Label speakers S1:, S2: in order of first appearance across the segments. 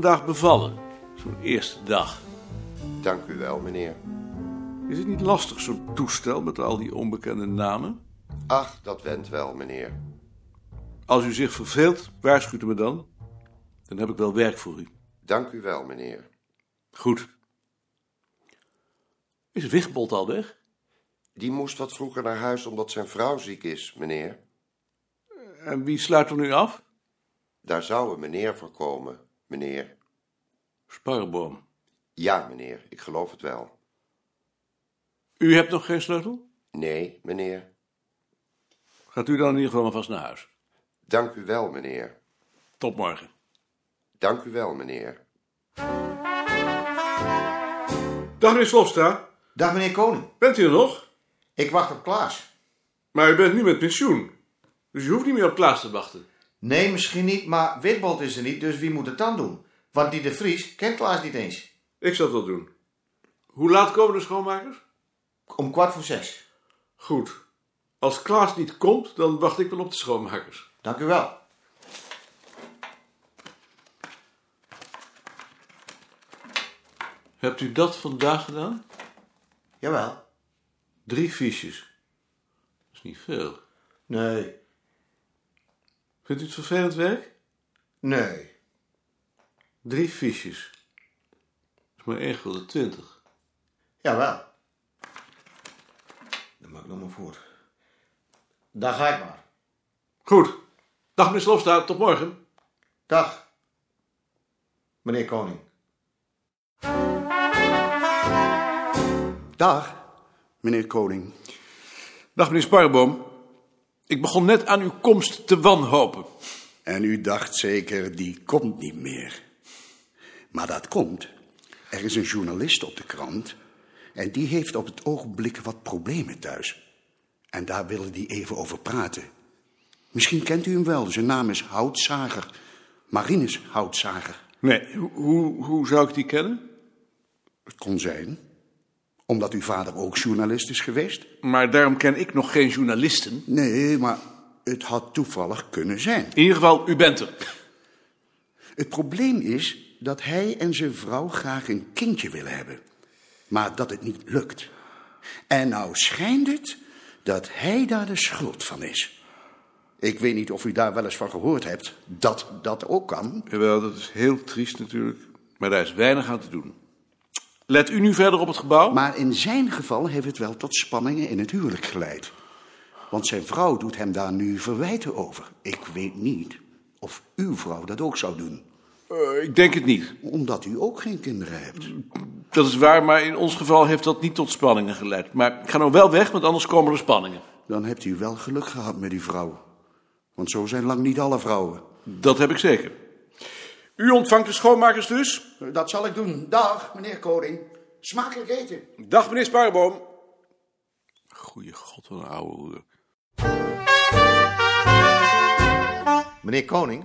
S1: dag bevallen? Zo'n eerste dag.
S2: Dank u wel, meneer.
S1: Is het niet lastig, zo'n toestel met al die onbekende namen?
S2: Ach, dat went wel, meneer.
S1: Als u zich verveelt, waarschuwt u me dan. Dan heb ik wel werk voor u.
S2: Dank u wel, meneer.
S1: Goed. Is Wigbold al weg?
S2: Die moest wat vroeger naar huis omdat zijn vrouw ziek is, meneer.
S1: En wie sluit er nu af?
S2: Daar zou een meneer voor komen, meneer.
S1: Sparboom.
S2: Ja, meneer, ik geloof het wel.
S1: U hebt nog geen sleutel?
S2: Nee, meneer.
S1: Gaat u dan in ieder geval maar vast naar huis.
S2: Dank u wel, meneer.
S1: Tot morgen.
S2: Dank u wel, meneer.
S1: Dag meneer Slofstra.
S3: Dag meneer Koning,
S1: Bent u er nog?
S3: ik wacht op Klaas.
S1: Maar u bent nu met pensioen. Dus u hoeft niet meer op Klaas te wachten.
S3: Nee, misschien niet, maar Witbold is er niet, dus wie moet het dan doen? Want die de Vries kent Klaas niet eens.
S1: Ik zal dat doen. Hoe laat komen de schoonmakers?
S3: Om kwart voor zes.
S1: Goed. Als Klaas niet komt, dan wacht ik wel op de schoonmakers.
S3: Dank u wel.
S1: Hebt u dat vandaag gedaan?
S3: Jawel.
S1: Drie fiches. Dat is niet veel.
S3: Nee.
S1: Vindt u het vervelend werk?
S3: Nee.
S1: Drie fiches. Dat is maar 1 gulden 20.
S3: Jawel. Dan maak ik nog maar voort. Dan ga ik maar.
S1: Goed. Dag meneer Slofstra, tot morgen.
S3: Dag. Meneer Koning.
S4: Dag, meneer Koning.
S1: Dag meneer Sparboom. Ik begon net aan uw komst te wanhopen.
S4: En u dacht zeker, die komt niet meer. Maar dat komt. Er is een journalist op de krant. En die heeft op het ogenblik wat problemen thuis. En daar willen die even over praten. Misschien kent u hem wel. Zijn naam is Houtzager. Marinus Houtzager.
S1: Nee, hoe, hoe, hoe zou ik die kennen?
S4: Het kon zijn. Omdat uw vader ook journalist is geweest?
S1: Maar daarom ken ik nog geen journalisten. In
S4: Nee, maar het had toevallig kunnen zijn.
S1: ieder geval, u bent er.
S4: Het probleem is dat hij en zijn vrouw graag een kindje willen hebben. Maar dat het niet lukt. En nou schijnt het dat hij daar de schuld van is. Ik weet niet of u daar wel eens van gehoord hebt dat dat ook kan.
S1: Jawel, dat is heel triest natuurlijk. Maar daar is weinig aan te doen. Let u nu verder op het gebouw?
S4: Maar in zijn geval heeft het wel tot spanningen in het huwelijk geleid. Want zijn vrouw doet hem daar nu verwijten over. Ik weet niet of uw vrouw dat ook zou doen.
S1: Eh, ik denk het niet.
S4: Omdat u ook geen kinderen hebt.
S1: Dat is waar, maar in ons geval heeft dat niet tot spanningen geleid. Maar ik ga nou wel weg, want anders komen er spanningen.
S4: Dan hebt u wel geluk gehad met die vrouw. Want zo zijn lang niet alle vrouwen.
S1: Dat heb ik zeker. U ontvangt de schoonmakers dus.
S4: Dat zal ik doen. Dag, meneer Koning. Smakelijk eten.
S1: Dag, meneer Sparboom. Goeie god, wat een oude hoer.
S3: Meneer Koning,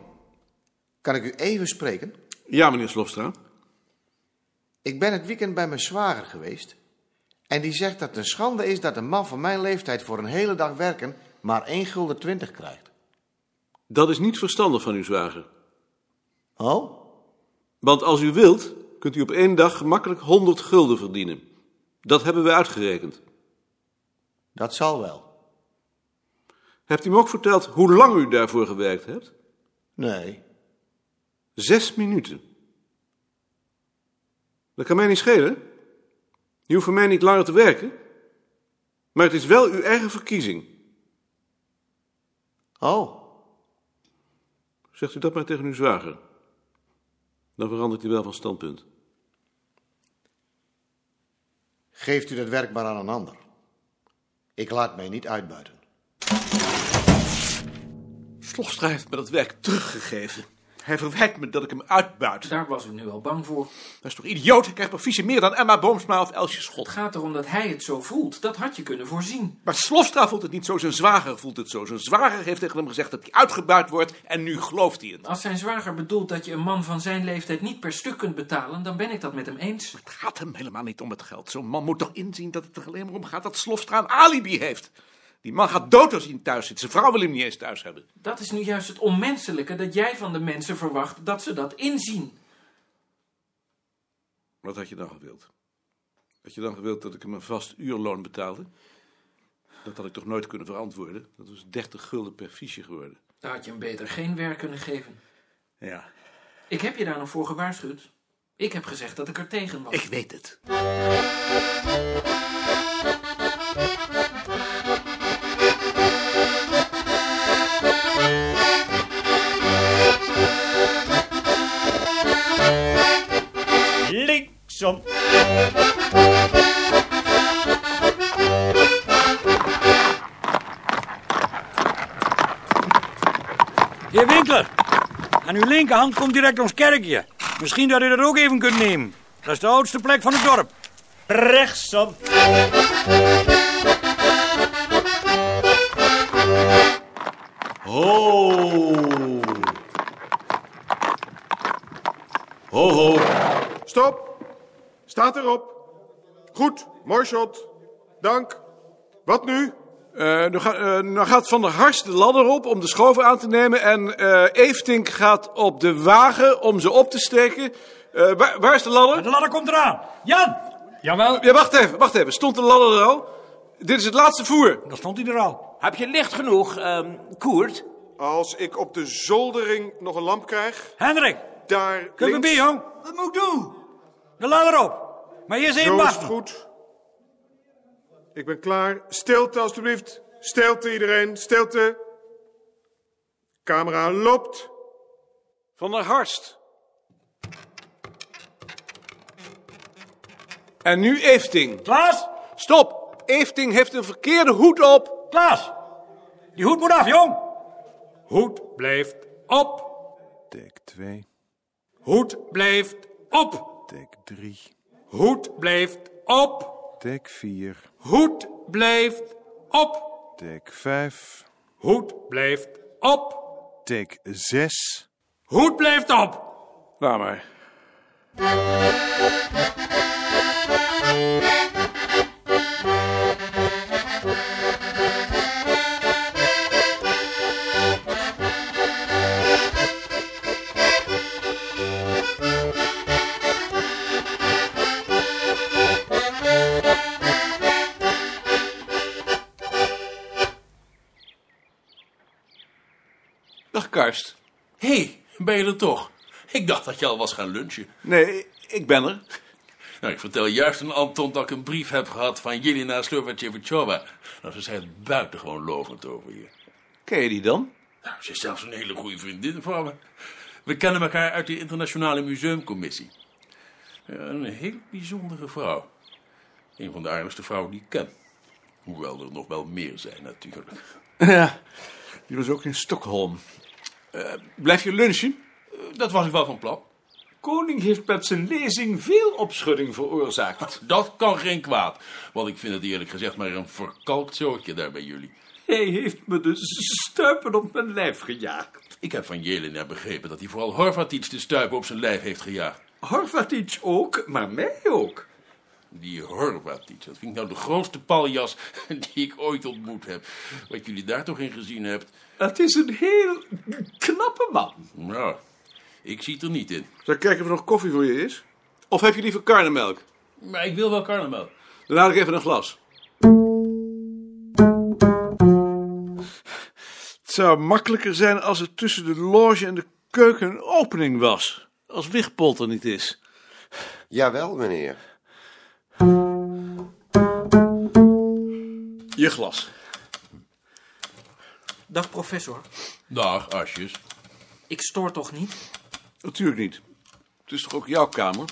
S3: kan ik u even spreken?
S1: Ja, meneer Slofstra.
S3: Ik ben het weekend bij mijn zwager geweest. En die zegt dat het een schande is dat een man van mijn leeftijd voor een hele dag werken maar 1 gulden 20 krijgt.
S1: Dat is niet verstandig van uw zwager.
S3: Oh?
S1: Want als u wilt, kunt u op één dag gemakkelijk 100 gulden verdienen. Dat hebben we uitgerekend.
S3: Dat zal wel.
S1: Hebt u hem ook verteld hoe lang u daarvoor gewerkt hebt?
S3: Nee.
S1: Zes minuten. Dat kan mij niet schelen. Je hoeft voor mij niet langer te werken. Maar het is wel uw eigen verkiezing.
S3: Oh,
S1: Zegt u dat maar tegen uw zwager. Dan verandert hij wel van standpunt.
S3: geeft u dat werk maar aan een ander. Ik laat mij niet uitbuiten.
S1: Slofstra heeft me dat werk teruggegeven. Hij verwijt me dat ik hem uitbuit.
S5: Daar was u nu al bang voor.
S1: Dat is toch idioot? Ik krijg maar vieze meer dan Emma Boomsma of Elsje Schot.
S5: Het gaat erom dat hij het zo voelt. Dat had je kunnen voorzien.
S1: Maar Slofstra voelt het niet zo, zijn zwager voelt het zo. Zijn zwager heeft tegen hem gezegd dat hij uitgebuit wordt en nu gelooft hij het.
S5: Als zijn zwager bedoelt dat je een man van zijn leeftijd niet per stuk kunt betalen, dan ben ik dat met hem eens.
S1: Het gaat hem helemaal niet om het geld. Zo'n man moet toch inzien dat het er alleen maar om gaat dat Slofstra een alibi heeft. Die man gaat dood als hij niet thuis zit. Zijn vrouw wil hem niet eens thuis hebben.
S5: Dat is nu juist het onmenselijke dat jij van de mensen verwacht dat ze dat inzien.
S1: Wat had je dan gewild? Had je dan gewild dat ik hem een vast uurloon betaalde? Dat had ik toch nooit kunnen verantwoorden? Dat was 30 gulden per fiche geworden.
S5: Dan had je hem beter geen werk kunnen geven.
S1: Ja.
S5: Ik heb je daar nog voor gewaarschuwd. Ik heb gezegd dat ik er tegen was.
S1: Ik weet het.
S6: linksom. Heer Winkler, aan uw linkerhand komt direct ons kerkje. Misschien dat u dat ook even kunt nemen. Dat is de oudste plek van het dorp. Rechtsom.
S1: Ho! Ho, ho.
S7: Stop! Staat erop. Goed, mooi shot. Dank. Wat nu?
S1: Eh, nu, ga- eh, nu gaat Van der Harst de ladder op om de schoven aan te nemen. En eh Eeftink gaat op de wagen om ze op te steken. Eh, waar, waar is de ladder?
S6: De ladder komt eraan. Jan! Jawel.
S1: Ja, wacht even, wacht even. Stond de ladder er al? Dit is het laatste voer.
S6: Dan stond hij er al.
S8: Heb je licht genoeg, ehm Koert?
S7: Als ik op de zoldering nog een lamp krijg,
S6: Hendrik,
S7: daar
S6: kun je
S7: links...
S6: bij, jong? Wat moet ik doen? De ladder op. Maar eerst even
S7: Zo is het
S6: wachten.
S7: goed. Ik ben klaar. Stilte, alstublieft. Stilte, iedereen. Stilte. Camera loopt.
S1: Van der Harst. En nu Eefting.
S6: Klaas?
S1: Stop! Eefting heeft een verkeerde hoed op.
S6: Klaas! Die hoed moet af, jong! Hoed blijft op.
S7: Take 2,
S6: Hoed blijft op.
S7: take 3,
S6: Hoed blijft op.
S7: take 4,
S6: Hoed blijft op.
S7: take 5,
S6: Hoed blijft op.
S7: take 6.
S6: Hoed blijft op.
S1: Nou maar. Dag Karst.
S8: Hé, hey, ben je er toch? Ik dacht dat je al was gaan lunchen.
S1: Nee, ik ben er.
S8: Nou, ik vertel juist aan Anton dat ik een brief heb gehad van Jelena Slovacevichova. Nou, ze zei het buitengewoon lovend over je.
S1: Ken je die dan?
S8: Nou, ze is zelfs een hele goede vriendin van me. We kennen elkaar uit de Internationale Museumcommissie. Eh, Een heel bijzondere vrouw. Een van de aardigste vrouwen die ik ken. Hoewel er nog wel meer zijn, natuurlijk.
S1: Ja, die was ook in Stockholm. Eh, blijf je lunchen?
S8: Dat was ik wel van plan.
S9: Koning heeft met zijn lezing veel opschudding veroorzaakt.
S8: Dat kan geen kwaad. Want ik vind het eerlijk gezegd maar een verkalkt zootje daar bij jullie.
S9: Hij heeft me de stuipen op mijn lijf gejaagd.
S8: Ik heb van Jelena begrepen dat hij vooral Horvatits de stuipen op zijn lijf heeft gejaagd.
S9: Horvatic ook, maar mij ook.
S8: Die Horvatits, dat vind ik nou de grootste paljas die ik ooit ontmoet heb. Wat jullie daar toch in gezien hebt.
S9: Het is een heel knappe man.
S8: Nou, ik zie het er niet in.
S1: Zal ik kijken of er nog koffie voor je is? Of heb je liever karnemelk?
S8: Maar ik wil wel karnemelk.
S1: Dan haal ik even een glas. Het zou makkelijker zijn als er tussen de loge en de keuken een opening was. Als Wichtbold er niet is.
S2: Jawel, meneer.
S1: Je glas.
S5: Dag professor,
S8: Dag, asjes.
S5: ik stoor toch niet?
S1: Natuurlijk niet. Het is toch ook jouw kamer?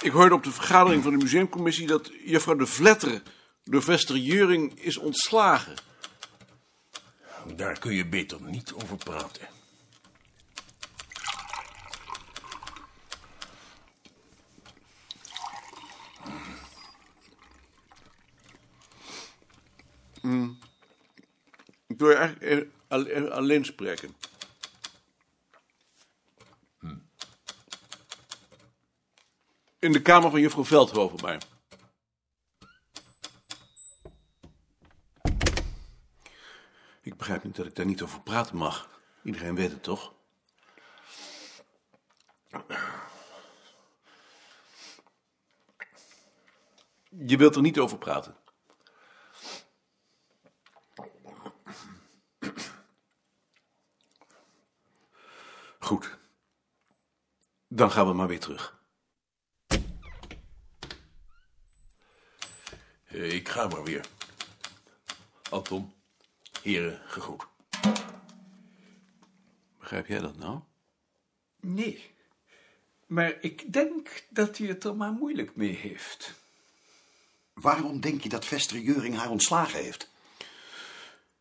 S1: Ik hoorde op de vergadering van de museumcommissie dat juffrouw de Vletter door Vester Juring is ontslagen.
S8: Daar kun je beter niet over praten.
S1: Ik wil je eigenlijk eh, al- eh, alleen spreken. Hm. In de kamer van juffrouw Veldhoven maar. Ik begrijp niet dat ik daar niet over praten mag. Iedereen weet het toch? Je wilt er niet over praten. Goed. Dan gaan we maar weer terug.
S8: Eh, Ik ga maar weer. Anton, heren, gegroet.
S1: Begrijp jij dat nou?
S9: Nee. Maar ik denk dat hij het er maar moeilijk mee heeft.
S4: Waarom denk je dat Vester Juring haar ontslagen heeft?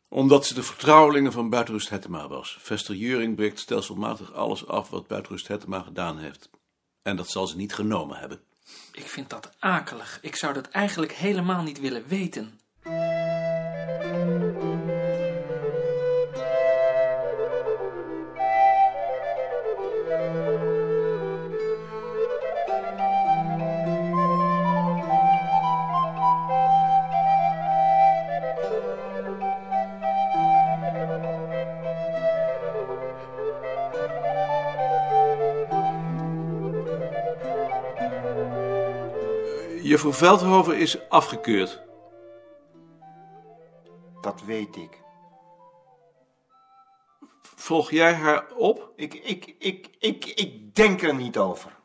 S1: Omdat ze de vertrouwelingen van Buitenrust Hettema was. Vester Juring breekt stelselmatig alles af wat Buitenrust Hettema gedaan heeft. En dat zal ze niet genomen hebben.
S5: Ik vind dat akelig. Ik zou dat eigenlijk helemaal niet willen weten.
S1: Juffrouw Veldhoven is afgekeurd.
S3: Dat weet ik.
S1: Volg jij haar op?
S3: Ik, ik, ik, ik, ik denk er niet over.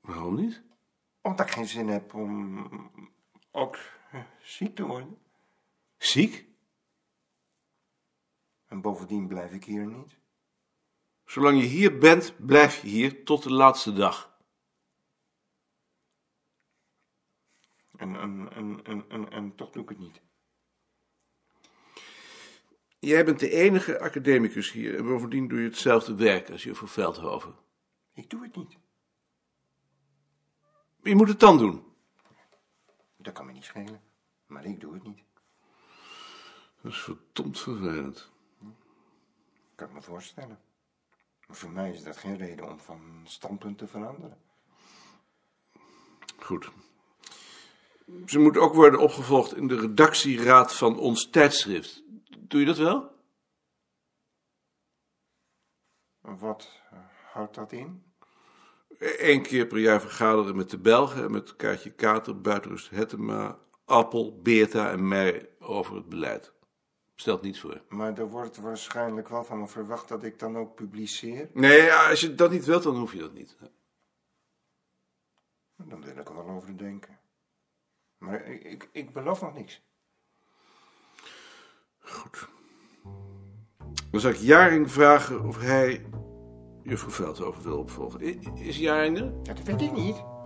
S1: Waarom niet?
S3: Omdat ik geen zin heb om ook eh, ziek te worden.
S1: Ziek?
S3: En bovendien blijf ik hier niet.
S1: Zolang je hier bent, blijf je hier tot de laatste dag.
S3: En, en, en, en, en, en toch doe ik het niet.
S1: Jij bent de enige academicus hier en bovendien doe je hetzelfde werk als juffrouw Veldhoven.
S3: Ik doe het niet.
S1: Je moet het dan doen.
S3: Dat kan me niet schelen. Maar ik doe het niet.
S1: Dat is verdomd vervelend.
S3: Kan ik me voorstellen. Maar voor mij is dat geen reden om van standpunt te veranderen.
S1: Goed. Ze moet ook worden opgevolgd in de redactieraad van ons tijdschrift. Doe je dat wel?
S3: Wat eh, houdt dat in?
S1: Eén keer per jaar vergaderen met de Belgen en met Kaatje Kater, Buitenrust Hettema, Appel, Beerta en mij over het beleid. Stelt niets voor.
S3: Maar er wordt waarschijnlijk wel van me verwacht dat ik dan ook publiceer.
S1: Nee, ja, als je dat niet wilt, dan hoef je dat niet.
S3: Dan wil ik er wel over denken. Maar ik, ik, ik beloof nog niks.
S1: Dan zal ik Jaring vragen of hij juffrouw Veldhoven wil opvolgen. I- Is Jaring er?
S3: Dat weet ik niet.